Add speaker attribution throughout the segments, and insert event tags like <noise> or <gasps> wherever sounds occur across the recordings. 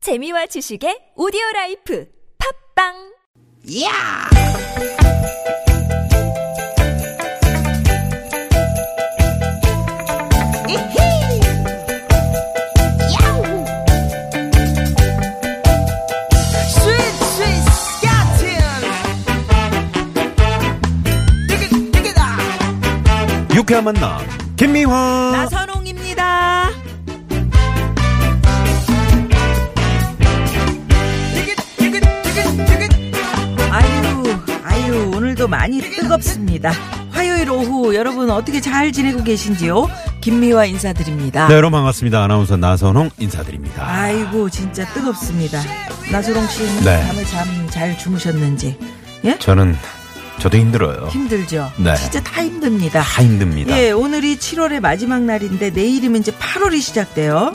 Speaker 1: 재미와 지식의 오디오 라이프 팝빵
Speaker 2: 야! 이히! 야우! 스윗, 스윗, 스캇틴! 띠깃, 띠깃아!
Speaker 3: 유쾌한 만남 김미화
Speaker 2: 나선홍입니다. 띠깃, 띠깃, 띠깃, 띠깃.
Speaker 4: 아유, 아유, 오늘도 많이 뜨겁습니다. 화요일 오후 여러분 어떻게 잘 지내고 계신지요? 김미화 인사드립니다.
Speaker 3: 네 여러분 반갑습니다 아나운서 나선홍 인사드립니다
Speaker 4: 아이고, 진짜 뜨겁습니다. 나소롱 씨는
Speaker 3: 네.
Speaker 4: 잠을 잠 잘 주무셨는지? 예?
Speaker 3: 저는 저도 힘들어요
Speaker 4: 힘들죠?
Speaker 3: 네.
Speaker 4: 진짜 다 힘듭니다.
Speaker 3: 다 힘듭니다
Speaker 4: 예, 오늘이 7월의 마지막 날인데 내일이면 이제 8월이 시작돼요.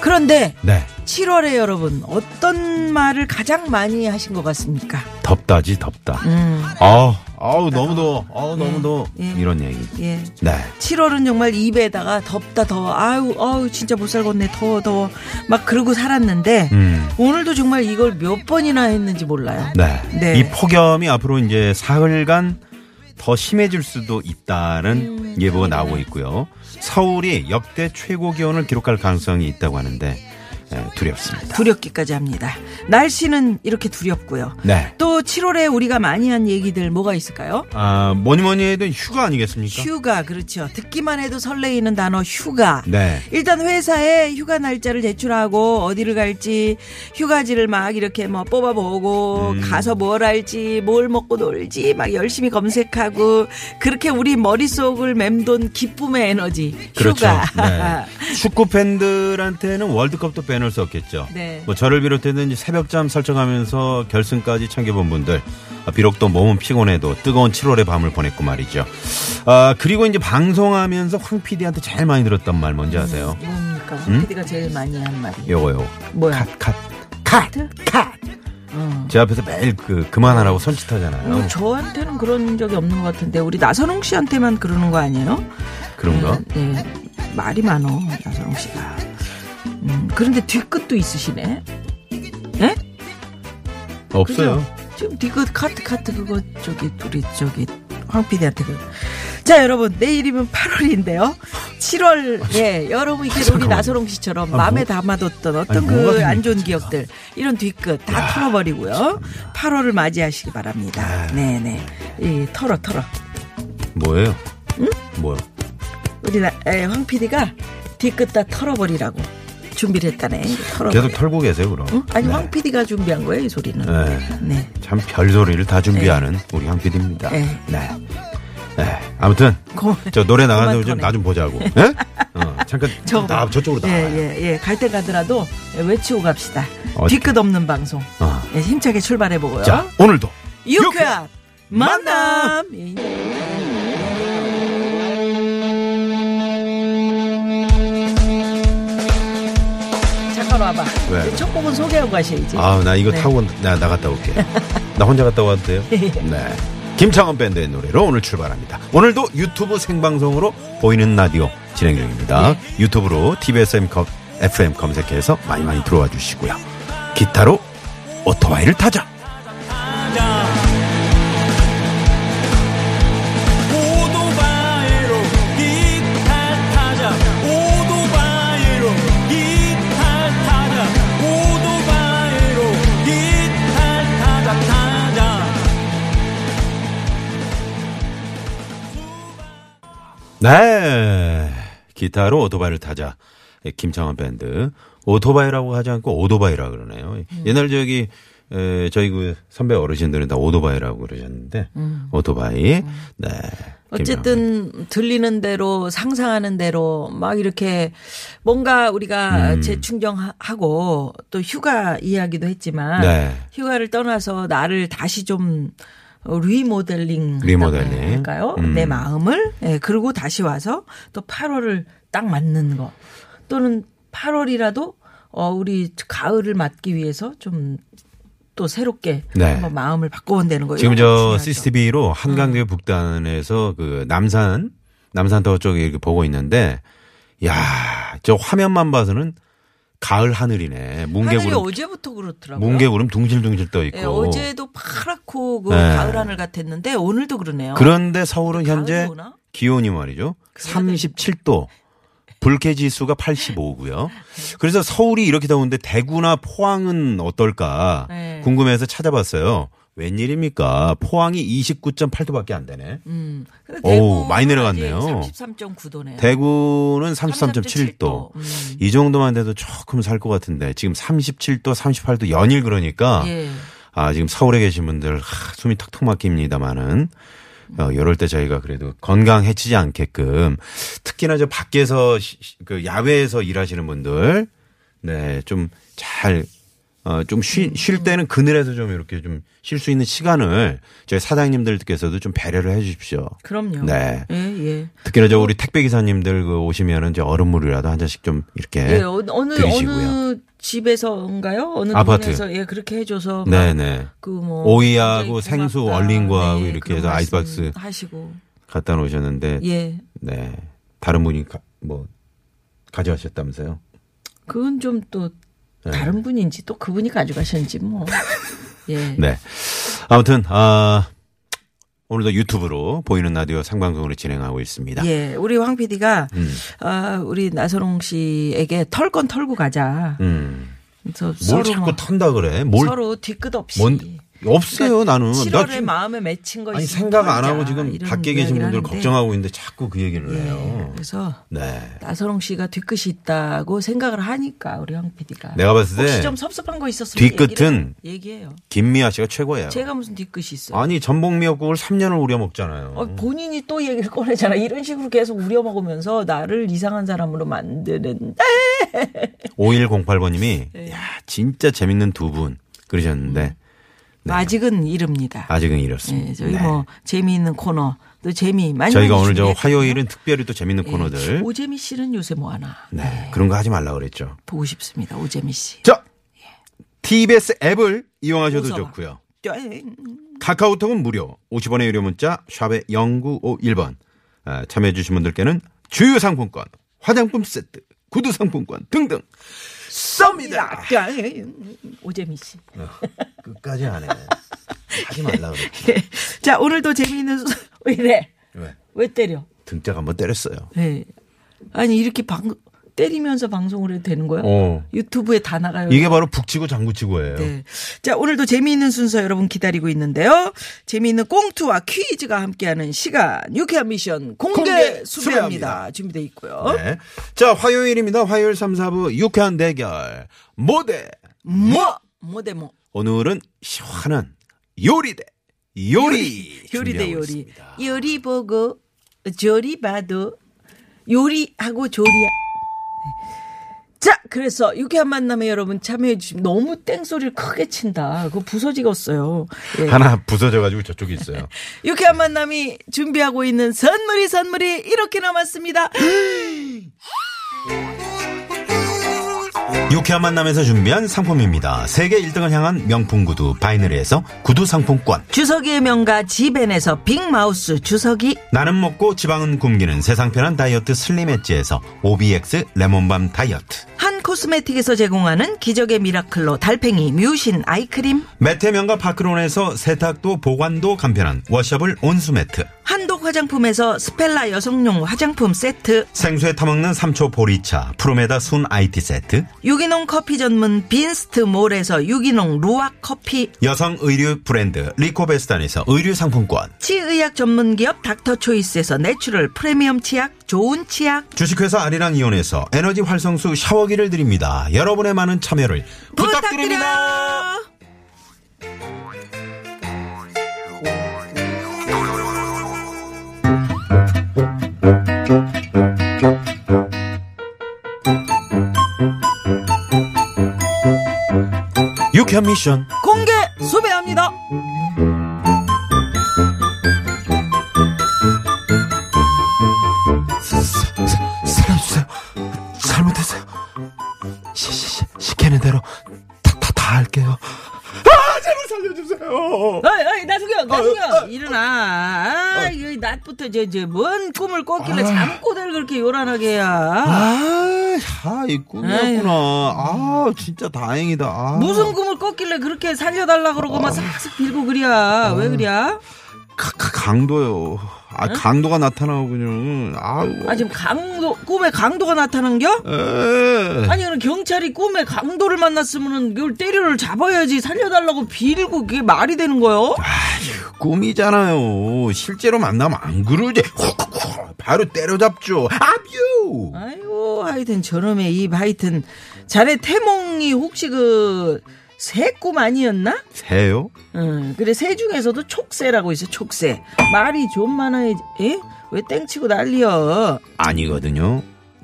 Speaker 4: 그런데
Speaker 3: 자 네
Speaker 4: 7월에 여러분 어떤 말을 가장 많이 하신 것 같습니까?
Speaker 3: 덥다지 덥다
Speaker 4: 음,
Speaker 3: 아우 아우 너무 더워 아우 너무 더워
Speaker 4: 예.
Speaker 3: 이런 얘기
Speaker 4: 예.
Speaker 3: 네
Speaker 4: 7월은 정말 입에다가 덥다 더워 아유 아유 진짜 못 살겠네 더워 더워 막 그러고 살았는데
Speaker 3: 음.
Speaker 4: 오늘도 정말 이걸 몇 번이나 했는지 몰라요.
Speaker 3: 네.
Speaker 4: 네.
Speaker 3: 이 폭염이 앞으로 이제 사흘간 더 심해질 수도
Speaker 4: 음.
Speaker 3: 있다는 예보가 나오고 있고요. 서울이 역대 최고 기온을 기록할 가능성이 있다고 하는데 예, 두렵습니다.
Speaker 4: 두렵기까지 합니다. 날씨는 이렇게 두렵고요.
Speaker 3: 네.
Speaker 4: 또 7월에 우리가 많이 한 얘기들 뭐가 있을까요?
Speaker 3: 아, 뭐니 뭐니 해도 휴가 아니겠습니까?
Speaker 4: 휴가 그렇죠. 듣기만 해도 설레이는 단어 휴가.
Speaker 3: 네.
Speaker 4: 일단 회사에 휴가 날짜를 제출하고 어디를 갈지 휴가지를 막 이렇게 뭐 뽑아보고
Speaker 3: 음.
Speaker 4: 가서 뭘 할지 뭘 먹고 놀지 막 열심히 검색하고 그렇게 우리 머릿속을 맴돈 기쁨의 에너지
Speaker 3: 그렇죠.
Speaker 4: 휴가.
Speaker 3: 네.
Speaker 4: <laughs>
Speaker 3: 축구 팬들한테는 월드컵도 빼놓을 수 없겠죠.
Speaker 4: 네.
Speaker 3: 뭐 저를 비롯해서 새벽잠 설정하면서 결승까지 챙겨본 분들, 아, 비록 또 몸은 피곤해도 뜨거운 7월의 밤을 보냈고 말이죠. 아 그리고 이제 방송하면서 황 PD한테 제일 많이 들었던 말 뭔지 아세요?
Speaker 4: 뭡니까?
Speaker 3: 음?
Speaker 4: PD가 그러니까 제일 많이 한 말이.
Speaker 3: 요거 요거.
Speaker 4: 뭐야?
Speaker 3: 컷 컷. 컷. 컷.
Speaker 4: 어.
Speaker 3: 제 앞에서 매일 그 그만하라고 손짓하잖아요.
Speaker 4: 어, 저한테는 그런 적이 없는 것 같은데 우리 나선홍 씨한테만 그러는 거 아니에요?
Speaker 3: 그런가?
Speaker 4: 네. 말이 많어 나선홍 씨가. 음, 그런데 뒤끝도 있으시네. 네?
Speaker 3: 없어요.
Speaker 4: 그죠? 지금 뒤끝 카트 카트 그거 저기 우리 저기 황 PD한테 그. 자 여러분 내일이면 8월인데요. 7월에 예, 여러분 이게 우리
Speaker 3: 아, 잠깐만요.
Speaker 4: 나서롱 씨처럼
Speaker 3: 아, 뭐-
Speaker 4: 마음에 담아뒀던
Speaker 3: 아니,
Speaker 4: 어떤
Speaker 3: 뭐가
Speaker 4: 그
Speaker 3: 됩니까?
Speaker 4: 안 좋은 기억들 이런 뒤끝 다 털어버리고요. 8월을 맞이하시기
Speaker 3: 아.
Speaker 4: 바랍니다. 네네. 이 털어 털어.
Speaker 3: 뭐예요? 뭐요?
Speaker 4: 우리 나, 에, 황 PD가 뒤끝 다 털어버리라고 준비를 했다네. 털어.
Speaker 3: 계속 털고 계세요 그럼.
Speaker 4: 응? 아니
Speaker 3: 네.
Speaker 4: 황 PD가 준비한 거예요 이 소리는.
Speaker 3: 네.
Speaker 4: 네.
Speaker 3: 참 별소리를 다 준비하는 우리 황피디입니다.
Speaker 4: 예.
Speaker 3: 네. 네. 아무튼
Speaker 4: 고마워요.
Speaker 3: 저 노래 나가는
Speaker 4: 그만
Speaker 3: 좀
Speaker 4: 꺼내.
Speaker 3: 나 좀
Speaker 4: <laughs>
Speaker 3: 보자고. 예? 어, 잠깐
Speaker 4: 저-
Speaker 3: 나 저쪽으로
Speaker 4: 예,
Speaker 3: 나와요.
Speaker 4: 예, 예. 갈 때 가더라도 외치고 갑시다.
Speaker 3: 어,
Speaker 4: 뒤끝 없는 방송.
Speaker 3: 어.
Speaker 4: 예, 힘차게 출발해 보고요.
Speaker 3: 자 오늘도
Speaker 4: 어? 유쾌한 만남. 예. 잠깐 와봐.
Speaker 3: 왜?
Speaker 4: 이제 첫 곡은 소개하고 가셔야지.
Speaker 3: 아나 이거
Speaker 4: 네. 예.
Speaker 3: 타고 온- 나 나갔다 올게. 나 혼자 갔다 와도
Speaker 4: <laughs>
Speaker 3: 돼요? 네. 김창원 밴드의 노래로 오늘 출발합니다. 오늘도 유튜브 생방송으로 보이는 라디오 진행 중입니다.
Speaker 4: 예.
Speaker 3: 유튜브로 TBSM 컵 FM 검색해서 많이 많이 들어와 주시고요. 기타로 오토바이를 타자.
Speaker 5: 오토바이로 기타 타자 오토바이로 기타 타자 오토바이로 기타 타자 타자
Speaker 3: 네. 기타로 오토바이를 타자. 예, 김창원 밴드. 오토바이라고 하지 않고 오토바이라고 그러네요.
Speaker 4: 음.
Speaker 3: 옛날 저기, 에, 저희 그 선배 어르신들은 다 오토바이라고 그러셨는데, 오토바이. 네. 김창원.
Speaker 4: 음. 어쨌든 들리는 대로 상상하는 대로 막 이렇게 뭔가 우리가
Speaker 3: 음.
Speaker 4: 재충전하고 또 휴가 이야기도 했지만
Speaker 3: 네.
Speaker 4: 휴가를 떠나서 나를 다시 좀 리모델링
Speaker 3: 리모델링.
Speaker 4: 할까요?
Speaker 3: 음.
Speaker 4: 내 마음을 예, 그리고 다시 와서 또 8월을 딱 맞는 거 또는 8월이라도 어 우리 가을을 맞기 위해서 좀 또 새롭게
Speaker 3: 네.
Speaker 4: 한번 마음을 바꿔본다는 거예요.
Speaker 3: 지금 저
Speaker 4: 중요하죠. 음.
Speaker 3: CCTV로 한강대 북단에서 그 남산, 남산터 쪽에 이렇게 보고 있는데, 야, 저 화면만 봐서는 가을 하늘이네.
Speaker 4: 하늘이
Speaker 3: 뭉게구름
Speaker 4: 어제부터 그렇더라고요.
Speaker 3: 뭉게구름 둥실둥실 떠 있고.
Speaker 4: 예, 어제도 파랗고 그
Speaker 3: 네.
Speaker 4: 가을 하늘 같았는데 오늘도 그러네요.
Speaker 3: 그런데 서울은 현재
Speaker 4: 가을이 오나?
Speaker 3: 기온이 말이죠. 37도. 불쾌 지수가 85고요.
Speaker 4: 네.
Speaker 3: 그래서 서울이 이렇게 더운데 대구나 포항은 어떨까
Speaker 4: 네.
Speaker 3: 궁금해서 찾아봤어요. 웬일입니까? 포항이 29.8도밖에 안 되네.
Speaker 4: 음. 근데
Speaker 3: 어우,
Speaker 4: 대구는 예,
Speaker 3: 많이 내려갔네요.
Speaker 4: 아직 33.9도네요.
Speaker 3: 대구는 33.7도.
Speaker 4: 음.
Speaker 3: 이 정도만 돼도 조금 살 것 같은데 지금 37도, 38도 연일 그러니까
Speaker 4: 예.
Speaker 3: 아, 지금 서울에 계신 분들 하, 숨이 턱턱 막힙니다만은 어, 이럴 때 저희가 그래도 건강 해치지 않게끔 특히나 저 밖에서 시- 시- 그 야외에서 일하시는 분들 네, 좀 잘 어, 좀 쉴, 쉴 때는 그늘에서 좀 이렇게 좀 쉴 수 있는 시간을 저희 사장님들께서도 좀 배려를 해 주십시오.
Speaker 4: 그럼요.
Speaker 3: 네.
Speaker 4: 예, 예.
Speaker 3: 특히나 저 우리 택배 기사님들 그 오시면은 저 얼음물이라도 한 잔씩 좀 이렇게
Speaker 4: 예, 어- 어느
Speaker 3: 네. 드리시고요.
Speaker 4: 어느 집에서인가요? 어느
Speaker 3: 아파트.
Speaker 4: 동네에서 예 그렇게 해줘서
Speaker 3: 네, 네.
Speaker 4: 그뭐 네,
Speaker 3: 오이하고 생수 얼린 거하고 이렇게 해서 아이스박스
Speaker 4: 하시고
Speaker 3: 갖다 놓으셨는데
Speaker 4: 예
Speaker 3: 네. 다른 분이 가, 뭐 가져가셨다면서요?
Speaker 4: 그건 좀 또
Speaker 3: 네.
Speaker 4: 다른 분인지 또 그분이 가져가셨는지 뭐.
Speaker 3: <laughs>
Speaker 4: 뭐예
Speaker 3: 네. 아무튼 아 오늘도 유튜브로 보이는 라디오 생방송으로 진행하고 있습니다.
Speaker 4: 예, 우리 황 PD가
Speaker 3: 음.
Speaker 4: 아, 우리 나선홍 씨에게 털 건 털고 가자.
Speaker 3: 음.
Speaker 4: 그래서
Speaker 3: 뭘
Speaker 4: 서로
Speaker 3: 자꾸
Speaker 4: 뭐
Speaker 3: 턴다 그래? 뭘
Speaker 4: 서로 뒤끝 없이
Speaker 3: 뭔 없어요, 나는. 나
Speaker 4: 7월에
Speaker 3: 지금
Speaker 4: 마음에 맺힌 거
Speaker 3: 아니
Speaker 4: 있으면
Speaker 3: 생각 안
Speaker 4: 털자,
Speaker 3: 하고 지금
Speaker 4: 이런
Speaker 3: 밖에 계신
Speaker 4: 이야기를
Speaker 3: 분들
Speaker 4: 하는데
Speaker 3: 걱정하고 있는데 자꾸 그 얘기를
Speaker 4: 예,
Speaker 3: 해요.
Speaker 4: 그래서
Speaker 3: 네.
Speaker 4: 나선홍 씨가 뒤끝이 있다고 생각을 하니까 우리 황 PD가
Speaker 3: 내가 봤을 때
Speaker 4: 혹시 좀 섭섭한 거 있었으면
Speaker 3: 네,
Speaker 4: 그
Speaker 3: 뒤끝은
Speaker 4: 얘기를- 얘기해요.
Speaker 3: 김미아 씨가 최고예요.
Speaker 4: 제가 무슨 뒤끝이 있어요?
Speaker 3: 아니 전복미역국을 3년을 우려 먹잖아요.
Speaker 4: 어, 본인이 또 얘기를 꺼내잖아. 이런 식으로 계속 우려먹으면서 나를 이상한 사람으로 만드는
Speaker 3: 네. 5108번님이
Speaker 4: 네.
Speaker 3: 야 진짜 재밌는 두 분 그러셨는데
Speaker 4: 아직은 이릅니다.
Speaker 3: 아직은 이렇습니다. 네.
Speaker 4: 예, 음. 저희 뭐 재미있는 코너 또 재미 많이
Speaker 3: 저희가
Speaker 4: 많이
Speaker 3: 오늘 저
Speaker 4: 준비했거든요.
Speaker 3: 화요일은 특별히 또 재밌는
Speaker 4: 예,
Speaker 3: 코너들
Speaker 4: 오재미 씨는 요새 뭐 하나
Speaker 3: 네 그런 거 하지 말라 그랬죠.
Speaker 4: 보고 싶습니다. 오재미 씨.
Speaker 3: 자 TBS 앱을 이용하셔도
Speaker 4: 웃어봐.
Speaker 3: 좋고요. 카카오톡은 무료 50원의 유료 문자 샵의 0951번 아, 참여해주신 분들께는 주유 상품권 화장품 세트 구두 상품권 등등
Speaker 4: 쏩니다. 오재미 씨.
Speaker 3: 끝까지 안 해. 하지 말라 그랬지.
Speaker 4: 예. 자 오늘도 재미있는 소- <laughs> 왜 이래?
Speaker 3: 왜?
Speaker 4: 왜 때려?
Speaker 3: 등짝 한번 때렸어요.
Speaker 4: 예. 아니 이렇게 방 때리면서 방송을 해도 되는 거예요?
Speaker 3: 어.
Speaker 4: 유튜브에 다 나가요.
Speaker 3: 이게 바로 북치고 장구치고예요.
Speaker 4: 음. 네. 자, 오늘도 재미있는 순서 여러분 기다리고 있는데요. 재미있는 꽁투와 퀴즈가 함께하는 시간, 유쾌한 미션 공개,
Speaker 3: 공개
Speaker 4: 수배합니다. 준비되어 있고요.
Speaker 3: 네. 자, 화요일입니다. 화요일 3, 4부 유쾌한 대결. 모대.
Speaker 4: 뭐, 뭐대 뭐.
Speaker 3: 오늘은 시원한 요리대. 요리.
Speaker 4: 요리대
Speaker 3: 준비하고
Speaker 4: 요리.
Speaker 3: 있습니다.
Speaker 4: 요리 보고, 조리 봐도, 요리하고 조리야. 자, 그래서 유쾌한 만남에 여러분 참여해 주시면 너무 땡소리를 크게 친다. 그거 부서지겠어요. 예.
Speaker 3: 하나 부서져가지고 저쪽에 있어요.
Speaker 4: 유쾌한 만남이 준비하고 있는 선물이 선물이 이렇게 남았습니다. 네.
Speaker 3: 유쾌한 만남에서 준비한 상품입니다. 세계 1등을 향한 명품 구두 바이너리에서 구두 상품권.
Speaker 4: 주석이의 명가 지벤에서 빅마우스 주석이
Speaker 3: 나는 먹고 지방은 굶기는 세상 편한 다이어트 슬림 엣지에서 OBX 레몬밤 다이어트.
Speaker 4: 한 코스메틱에서 제공하는 기적의 미라클로 달팽이 뮤신 아이크림
Speaker 3: 매태면과 파크론에서 세탁도 보관도 간편한 워셔블 온수매트.
Speaker 4: 한독 화장품에서 스펠라 여성용 화장품 세트
Speaker 3: 생수에 타먹는 삼초 보리차 프로메다 순 IT 세트
Speaker 4: 유기농 커피 전문 빈스트 몰에서 유기농 루아 커피
Speaker 3: 여성 의류 브랜드 리코베스탄에서 의류 상품권
Speaker 4: 치의학 전문 기업 닥터 초이스에서 내추럴 프리미엄 치약 좋은 치약
Speaker 3: 주식회사 아리랑 이온에서 에너지 활성수 샤워기를 드립니다 여러분의 많은 참여를 부탁드립니다
Speaker 4: 부탁드려요.
Speaker 3: 유쾌한 미션
Speaker 4: 공개 수배합니다.
Speaker 3: 살려주세요 잘못했어요 시, 시, 시, 시키는 대로 다, 다, 다 할게요 아
Speaker 6: 살려주세요.
Speaker 4: 어이, 어이, 나수경, 나수경,
Speaker 6: 어, 어.
Speaker 4: 일어나. 아, 이 낮부터 이제, 이제, 뭔 꿈을 꿨길래 잠꼬대를 그렇게 요란하게 해야.
Speaker 3: 아, 야, 이 꿈이었구나. 아, 진짜 다행이다. 아.
Speaker 4: 무슨 꿈을 꿨길래 그렇게 살려달라 그러고
Speaker 3: 어.
Speaker 4: 막 싹싹 빌고 그랴. 왜 그랴?
Speaker 3: 가- 가- 강도요. 아, 강도가 나타나오군요. 아우.
Speaker 4: 아, 지금 강도, 꿈에 강도가 나타난겨?
Speaker 3: 에.
Speaker 4: 아, 아니, 그럼 경찰이 꿈에 강도를 만났으면은 그걸 때려를 잡아야지 살려달라고 빌고 그게 말이 되는 거요?
Speaker 3: 꿈이잖아요. 실제로 만나면 안 그러지. 훅훅훅 바로 때려잡죠. 아뷰.
Speaker 4: 아이고, 하여튼 저놈의 입, 하여튼. 자네 태몽이 혹시 그, 새 꿈 아니었나?
Speaker 3: 새요?
Speaker 4: 응, 그래 새 중에서도 촉새라고 있어 촉새 말이 좀 많아야지 에? 왜 땡치고 난리여
Speaker 3: 아니거든요.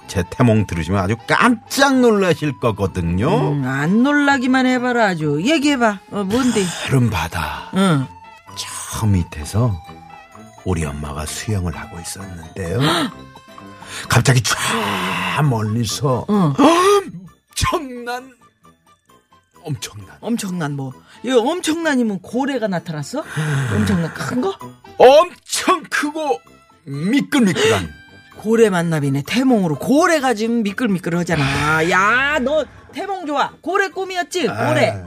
Speaker 3: 제 태몽 들으시면 아주 깜짝 놀라실 거거든요.
Speaker 4: 음, 안 놀라기만 해봐라 아주 얘기해봐 어, 뭔데
Speaker 3: 푸른 바다
Speaker 4: 응.
Speaker 3: 저 밑에서 우리 엄마가 수영을 하고
Speaker 4: <gasps>
Speaker 3: 있었는데요. 갑자기 쫙 멀리서
Speaker 4: 어.
Speaker 3: 엄청난 엄청난
Speaker 4: 엄청난 뭐이 엄청난이면 고래가 나타났어? 엄청난 큰 거?
Speaker 3: 엄청 크고 미끌미끌한
Speaker 4: 고래 만나비네 태몽으로 고래가 지금 미끌미끌하잖아 야 너 태몽 좋아 고래 꿈이었지 고래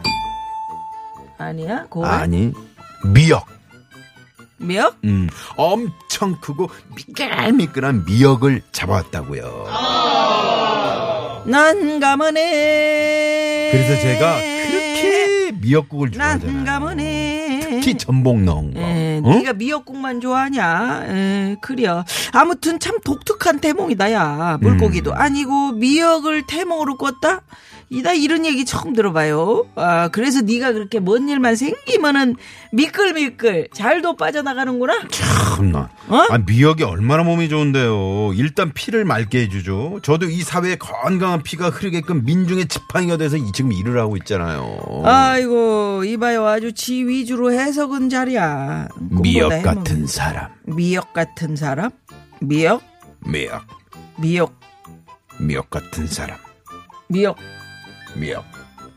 Speaker 4: 아니야 고래
Speaker 3: 아, 아니 미역
Speaker 4: 미역?
Speaker 3: 음, 엄청 크고 미끌미끌한 미역을 잡아왔다고요.
Speaker 4: 난 가문에
Speaker 3: 그래서 제가 그렇게 미역국을
Speaker 4: 난
Speaker 3: 좋아하잖아요.
Speaker 4: 가문에
Speaker 3: 특히 어? 전복 넣은 거.
Speaker 4: 에,
Speaker 3: 뭐. 응?
Speaker 4: 예, 네가 미역국만 좋아하냐? 에, 그려. 아무튼 참 독특한 태몽이다, 야.
Speaker 3: 음.
Speaker 4: 물고기도 아니고 미역을 태몽으로 꿨다? 이다 이런 얘기 처음 들어봐요. 아, 그래서 네가 그렇게 뭔 일만 생기면은 미끌미끌 잘도 빠져나가는구나.
Speaker 3: 어? 참나.
Speaker 4: 어?
Speaker 3: 아, 미역이 얼마나 몸이 좋은데요. 일단 피를 맑게 해주죠. 저도 이 사회에 건강한 피가 흐르게끔 민중의 지팡이가 돼서 이- 지금 일을 하고 있잖아요.
Speaker 4: 아이고, 이봐요. 아주 지 위주로 해석은 자리야. 꿈보다
Speaker 3: 미역
Speaker 4: 해몽이. 뭐.
Speaker 3: 같은 사람.
Speaker 4: 미역 같은 사람? 미역?
Speaker 3: 미역.
Speaker 4: 미역.
Speaker 3: 미역 같은 사람.
Speaker 4: 미역.
Speaker 3: 미역.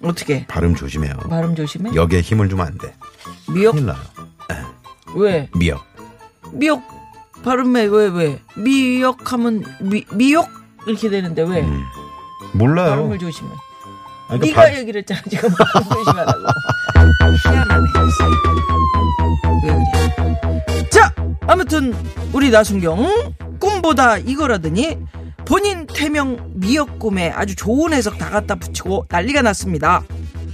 Speaker 4: 어떻게?
Speaker 3: 발음 조심해요.
Speaker 4: 발음 조심해.
Speaker 3: 역에 힘을 주면 안 돼.
Speaker 4: 미역?
Speaker 3: 큰일 나요.
Speaker 4: 왜?
Speaker 3: 미역.
Speaker 4: 미역 발음에 왜 왜? 미역하면 미 미역 이렇게 되는데 왜?
Speaker 3: 몰라요.
Speaker 4: 발음을 조심해.
Speaker 3: 아니, 음. 그
Speaker 4: 네가
Speaker 3: 발-
Speaker 4: 얘기를 했잖아 지금 <laughs> 발음 조심하라고. 희한하네. 왜 그래? 자 아무튼 우리 나순경 꿈보다 이거라더니 본인 태명 미역 꿈에 아주 좋은 해석 다 갖다 붙이고 난리가 났습니다.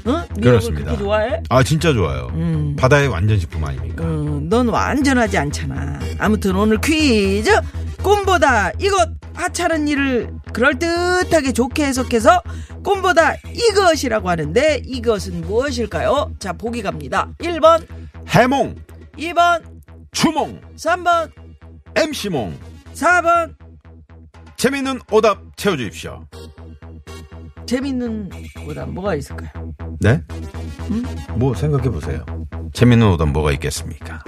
Speaker 4: 응? 미역을
Speaker 3: 그렇습니다.
Speaker 4: 그렇게 좋아해?
Speaker 3: 아 진짜 좋아요.
Speaker 4: 음.
Speaker 3: 바다의 완전 식품 아닙니까?
Speaker 4: 음, 넌 완전하지 않잖아. 아무튼 오늘 퀴즈 꿈보다 이것 하찮은 일을 그럴듯하게 좋게 해석해서 꿈보다 이것이라고 하는데 이것은 무엇일까요? 자 보기 갑니다. 1번,
Speaker 3: 해몽,
Speaker 4: 2번,
Speaker 3: 주몽,
Speaker 4: 3번,
Speaker 3: MC몽.
Speaker 4: 4번.
Speaker 3: 재밌는 오답 채워주십시오.
Speaker 4: 재밌는 보다 뭐가 있을까요?
Speaker 3: 네? 뭐 생각해 보세요. 재밌는 오답 뭐가 있겠습니까?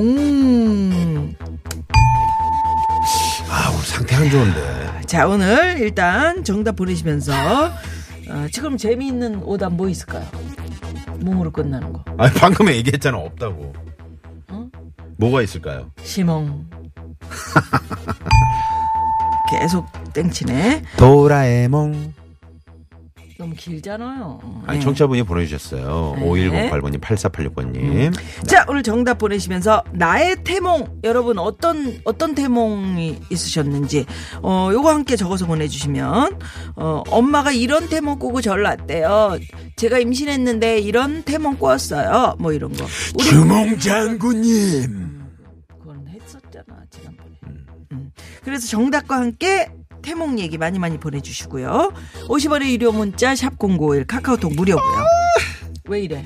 Speaker 4: 몽.
Speaker 3: 아 오늘 상태 안 좋은데.
Speaker 4: 자 오늘 일단 정답 보내시면서 어, 지금 재미있는 오답 뭐 있을까요? 몽으로 끝나는 거.
Speaker 3: 아 방금 얘기했잖아 없다고.
Speaker 4: 어?
Speaker 3: 뭐가 있을까요?
Speaker 4: 시몽. <laughs> 계속 땡치네.
Speaker 3: 도라에몽.
Speaker 4: 너무 길잖아요.
Speaker 3: 아니
Speaker 4: 네.
Speaker 3: 청취자분이 보내주셨어요.
Speaker 4: 네.
Speaker 3: 5108번님, 8486번님.
Speaker 4: 자, 오늘 정답 보내시면서 나의 태몽 여러분 어떤 어떤 태몽이 있으셨는지 어 요거 함께 적어서 보내주시면 어 엄마가 이런 태몽 꾸고 절 났대요. 제가 임신했는데 이런 태몽 꾸었어요. 뭐 이런 거. 우리
Speaker 3: 주몽 장군님.
Speaker 4: 그건 했었잖아 지난번에. 음. 그래서 정답과 함께 태몽 얘기 많이 많이 보내주시고요. 50원의 유료 문자 샵 #051 카카오톡 무료고요. 왜 이래?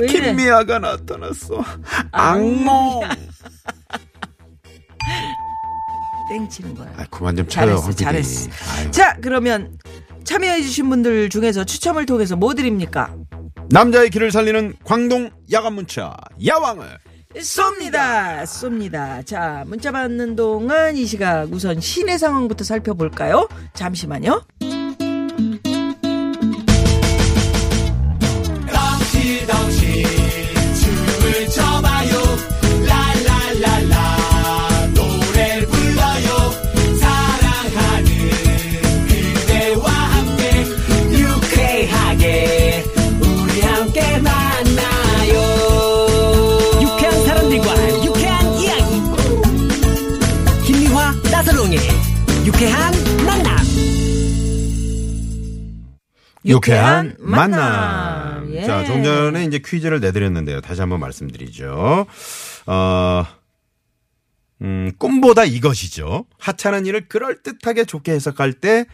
Speaker 4: 왜 이래?
Speaker 3: 김미아가 나타났어. 악몽.
Speaker 4: 땡치는 거야.
Speaker 3: 아 그만 좀 쳐요
Speaker 4: 잘했어,
Speaker 3: 황 PD.
Speaker 4: 잘했어.
Speaker 3: 아유.
Speaker 4: 자, 그러면 참여해주신 분들 중에서 추첨을 통해서 뭐 드립니까?
Speaker 3: 남자의 길을 살리는 광동 야간 문자 야왕을
Speaker 4: 쏩니다, 쏩니다. 자, 문자 받는 동안 이 시각 우선 시내 상황부터 살펴볼까요? 잠시만요. 유쾌한
Speaker 3: 유쾌한 만남.
Speaker 4: 만남. 예.
Speaker 3: 자, 좀 전에 이제 퀴즈를 내드렸는데요. 다시 한번 말씀드리죠. 어, 음, 꿈보다 이것이죠. 하찮은 일을 그럴듯하게 좋게 해석할 때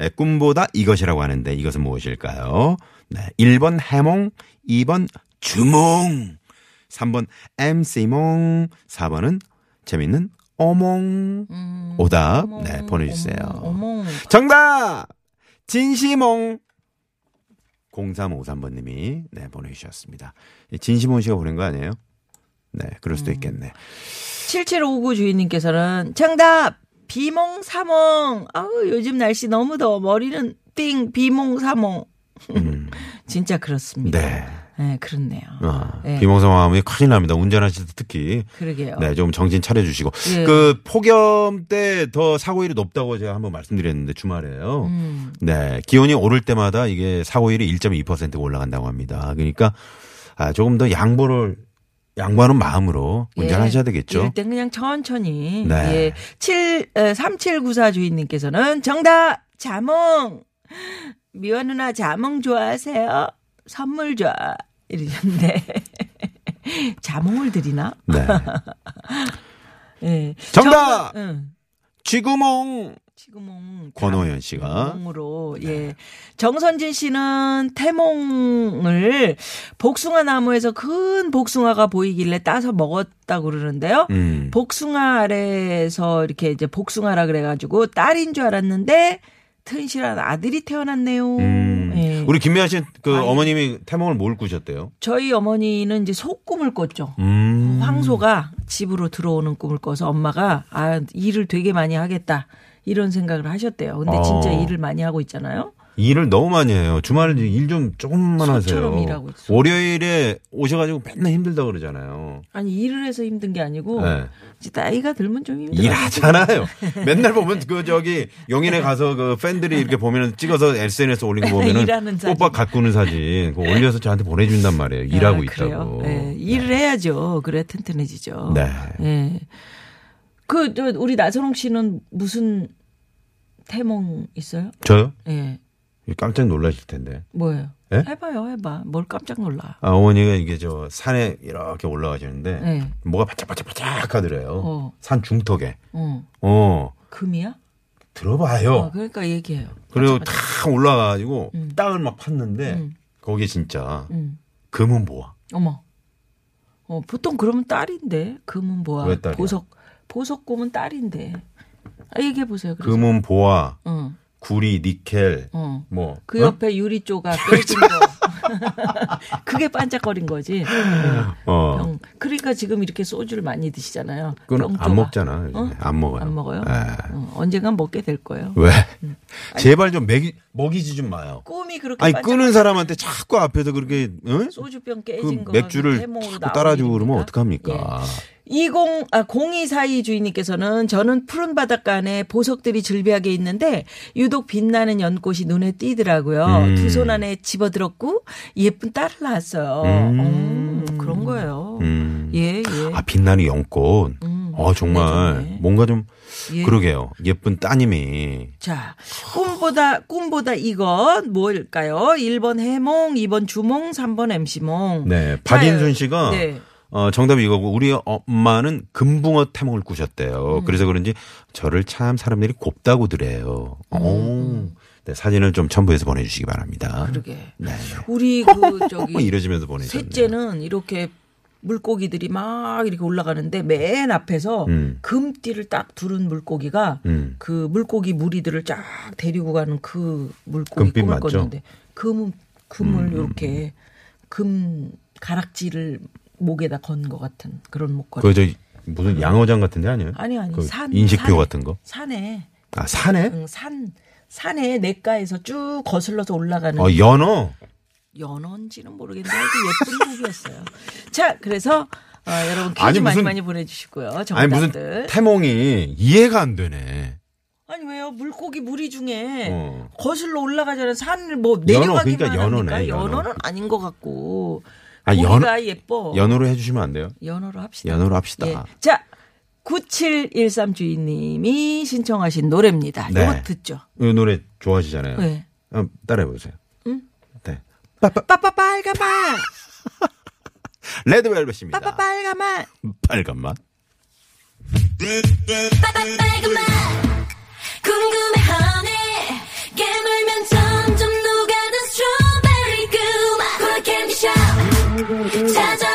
Speaker 3: 예, 꿈보다 이것이라고 하는데 이것은 무엇일까요? 네, 1번 해몽, 2번 주몽, 3번 MC몽, 4번은 재밌는 어몽. 오답 네, 보내주세요.
Speaker 4: 어머.
Speaker 3: 정답! 진시몽! 0353번님이 네, 보내주셨습니다. 이 진시몽 씨가 보낸 거 아니에요? 네, 그럴
Speaker 4: 음.
Speaker 3: 수도 있겠네.
Speaker 4: 7759 주인님께서는 정답 비몽사몽. 아우 요즘 날씨 너무 더워 머리는 띵 비몽사몽. <laughs> 진짜 그렇습니다.
Speaker 3: 음. 네.
Speaker 4: 네, 그렇네요.
Speaker 3: 아,
Speaker 4: 네.
Speaker 3: 비몽사몽하면 큰일 납니다. 운전하실 때 특히.
Speaker 4: 그러게요.
Speaker 3: 네, 좀 정신 차려주시고.
Speaker 4: 어. 예.
Speaker 3: 그 폭염 때 더 사고율이 높다고 제가 한번 말씀드렸는데 주말에요.
Speaker 4: 음.
Speaker 3: 네, 기온이 오를 때마다 이게 사고율이 1.2% 올라간다고 합니다. 그러니까 아, 조금 더 양보를 양보하는 마음으로 운전하셔야 되겠죠.
Speaker 4: 예. 이럴 땐 그냥 천천히.
Speaker 3: 네.
Speaker 4: 예. 7, 3794 주인님께서는 정답! 자몽! 미화 누나 자몽 좋아하세요? 선물 좋아. 이러셨는데. <laughs> 자몽을 드리나? <laughs>
Speaker 3: 네.
Speaker 4: 예.
Speaker 3: 정답!
Speaker 4: 정- 응.
Speaker 3: 지구몽
Speaker 4: 지구몽.
Speaker 3: 권호연 씨가
Speaker 4: 자몽으로, 예. 정선진 씨는 태몽을 복숭아 나무에서 큰 복숭아가 보이길래 따서 먹었다고 그러는데요.
Speaker 3: 음.
Speaker 4: 복숭아 아래에서 이렇게 이제 복숭아라 그래가지고 딸인 줄 알았는데 튼실한 아들이 태어났네요.
Speaker 3: 음.
Speaker 4: 예.
Speaker 3: 우리 김미아 씨그
Speaker 4: 아니.
Speaker 3: 어머님이 태몽을 뭘 꾸셨대요?
Speaker 4: 저희 어머니는 이제 소꿈을 꿨죠.
Speaker 3: 음.
Speaker 4: 황소가 집으로 들어오는 꿈을 꿔서 엄마가 아 일을 되게 많이 하겠다 이런 생각을 하셨대요. 근데
Speaker 3: 어.
Speaker 4: 진짜 일을 많이 하고 있잖아요.
Speaker 3: 일을 너무 많이 해요. 주말에 일 좀 조금만 하세요.
Speaker 4: 소처럼 일하고 있어.
Speaker 3: 월요일에 오셔가지고 맨날 힘들다 그러잖아요.
Speaker 4: 아니 일을 해서 힘든 게 아니고
Speaker 3: 네.
Speaker 4: 이제 나이가 들면 좀 힘들어.
Speaker 3: 일하잖아요. 맨날 보면 그 저기 용인에 가서 그 팬들이 이렇게 보면 찍어서 SNS 에 올린 거 보면은
Speaker 4: 일하는 사진. 예. 아,
Speaker 3: 꽃밭 가꾸는 사진 그거 올려서 저한테 보내준단 말이에요. 일하고 있다고.
Speaker 4: 네, 일을 해야죠. 그래 튼튼해지죠.
Speaker 3: 네.
Speaker 4: 예. 그, 저, 우리 나선홍 씨는 무슨 태몽 있어요?
Speaker 3: 저요?
Speaker 4: 예.
Speaker 3: 깜짝 놀라실 텐데.
Speaker 4: 뭐예요?
Speaker 3: 예?
Speaker 4: 해봐요, 해봐. 뭘 깜짝 놀라.
Speaker 3: 아, 어머니가 이게 저 산에 이렇게 올라가시는데
Speaker 4: 네.
Speaker 3: 뭐가 바짝바짝바짝 하더래요.
Speaker 4: 어.
Speaker 3: 산 중턱에.
Speaker 4: 어.
Speaker 3: 어.
Speaker 4: 금이야?
Speaker 3: 들어봐요.
Speaker 4: 아, 그러니까 얘기해요.
Speaker 3: 그리고 다 올라가가지고 땅을 막 팠는데 거기 진짜
Speaker 4: 음.
Speaker 3: 금은 뭐야?
Speaker 4: 어머. 어, 보통 그러면 딸인데. 금은 뭐야?
Speaker 3: 왜 딸이야?
Speaker 4: 보석. 보석 꿈은 딸인데. 아, 얘기해보세요. 그래서.
Speaker 3: 금은 보아,
Speaker 4: 응.
Speaker 3: 구리, 니켈,
Speaker 4: 어.
Speaker 3: 뭐.
Speaker 4: 그
Speaker 3: 어?
Speaker 4: 옆에
Speaker 3: <laughs>
Speaker 4: 유리 조각 깨진 거. <laughs> 그게 반짝거린 거지. 응.
Speaker 3: 어.
Speaker 4: 병. 그러니까 지금 이렇게 소주를 많이 드시잖아요.
Speaker 3: 그건
Speaker 4: 병조가.
Speaker 3: 안 먹잖아. 요즘에.
Speaker 4: 어?
Speaker 3: 안 먹어요.
Speaker 4: 안 먹어요?
Speaker 3: 예.
Speaker 4: 응, 언젠간 먹게 될 거예요.
Speaker 3: 왜? <laughs> 제발 좀 먹이, 먹이지 좀 마요.
Speaker 4: 꿈이 그렇게
Speaker 3: 아니,
Speaker 4: 반짝-
Speaker 3: 끄는 사람한테 자꾸 앞에서 그렇게, 응?
Speaker 4: 소주병
Speaker 3: 그
Speaker 4: 깨진 거
Speaker 3: 맥주를 자꾸 따라주고 그러면
Speaker 4: 예.
Speaker 3: 어떡합니까?
Speaker 4: 20, 아, 0242 주인님께서는 저는 푸른 바닷가 안에 보석들이 즐비하게 있는데 유독 빛나는 연꽃이 눈에 띄더라고요.
Speaker 3: 음.
Speaker 4: 두 손 안에 집어들었고 예쁜 딸을 낳았어요.
Speaker 3: 음.
Speaker 4: 어, 그런 거예요.
Speaker 3: 음.
Speaker 4: 예, 예.
Speaker 3: 아, 빛나는 연꽃. 어, 정말.
Speaker 4: 예전에.
Speaker 3: 뭔가 좀,
Speaker 4: 음, 예.
Speaker 3: 그러게요. 예쁜 따님이.
Speaker 4: 자, 꿈보다, 꿈보다 이건 뭘까요? 1번 해몽, 2번 주몽, 3번 MC몽.
Speaker 3: 네.
Speaker 4: 아, 예.
Speaker 3: 박인순 씨가
Speaker 4: 네.
Speaker 3: 어, 정답이 이거고 우리 엄마는 금붕어 태몽을 꾸셨대요.
Speaker 4: 음.
Speaker 3: 그래서 그런지 저를 참 사람들이 곱다고들해요.
Speaker 4: 음,
Speaker 3: 오. 네, 사진을 좀 첨부해서 보내주시기 바랍니다.
Speaker 4: 그러게.
Speaker 3: 네. <laughs>
Speaker 4: 우리 그 저기
Speaker 3: 뭐 이러시면서 보내주셨네요.
Speaker 4: 셋째는 이렇게 물고기들이 막 이렇게 올라가는데 맨 앞에서
Speaker 3: 음.
Speaker 4: 금띠를 딱 두른 물고기가
Speaker 3: 음.
Speaker 4: 그 물고기 무리들을 쫙 데리고 가는 그 물고기
Speaker 3: 금빛
Speaker 4: 꿈을
Speaker 3: 맞죠? 음,
Speaker 4: 꿨는데 금은 금을 이렇게 금 가락지를 목에다 건 것 같은 그런 목걸이.
Speaker 3: 그저 무슨 양어장 같은 데 아니에요?
Speaker 4: 아니 아니
Speaker 3: 그
Speaker 4: 산
Speaker 3: 인식표
Speaker 4: 산에- 음.
Speaker 3: 같은 거.
Speaker 4: 산에
Speaker 3: 아 산에?
Speaker 4: 응, 산 산에 냇가에서 쭉 거슬러서 올라가는
Speaker 3: 어 연어.
Speaker 4: 연어인지는 모르겠는데 아주 예쁜 <laughs> 곡이었어요. 자, 그래서 어, 여러분 퀴즈
Speaker 3: 아니,
Speaker 4: 많이
Speaker 3: 무슨-
Speaker 4: 많이 보내주시고요. 정답들.
Speaker 3: 아니 무슨 태몽이 이해가 안 되네.
Speaker 4: 아니, 왜요? 물고기 무리 중에
Speaker 3: 어.
Speaker 4: 거슬러 올라가잖아요. 산을 뭐
Speaker 3: 연어,
Speaker 4: 내려가기만
Speaker 3: 그러니까 연어네,
Speaker 4: 하니까
Speaker 3: 연어.
Speaker 4: 는 아닌 것 같고
Speaker 3: 아,
Speaker 4: 고기가
Speaker 3: 연어-
Speaker 4: 예뻐.
Speaker 3: 연어로 해주시면 안 돼요?
Speaker 4: 연어... 로 합시다.
Speaker 3: 연어로 합시다.
Speaker 4: 예. 자, 9713 주인님이 신청하신 노래입니다.
Speaker 3: 네.
Speaker 4: 이거 듣죠.
Speaker 3: 이 노래 좋아하시잖아요.
Speaker 4: 네.
Speaker 3: 한번 따라해보세요. 네.
Speaker 4: 응? 빠빠 빨간
Speaker 3: 아,
Speaker 4: 맛.
Speaker 3: 레드벨벳입니다.
Speaker 4: 빠빠 빨간 맛.
Speaker 3: 빨간 맛.
Speaker 7: 빨간 맛 궁금해하네 깨물면 점점 녹아든 스트로베리 그맛 콜라 캔디 샵 찾아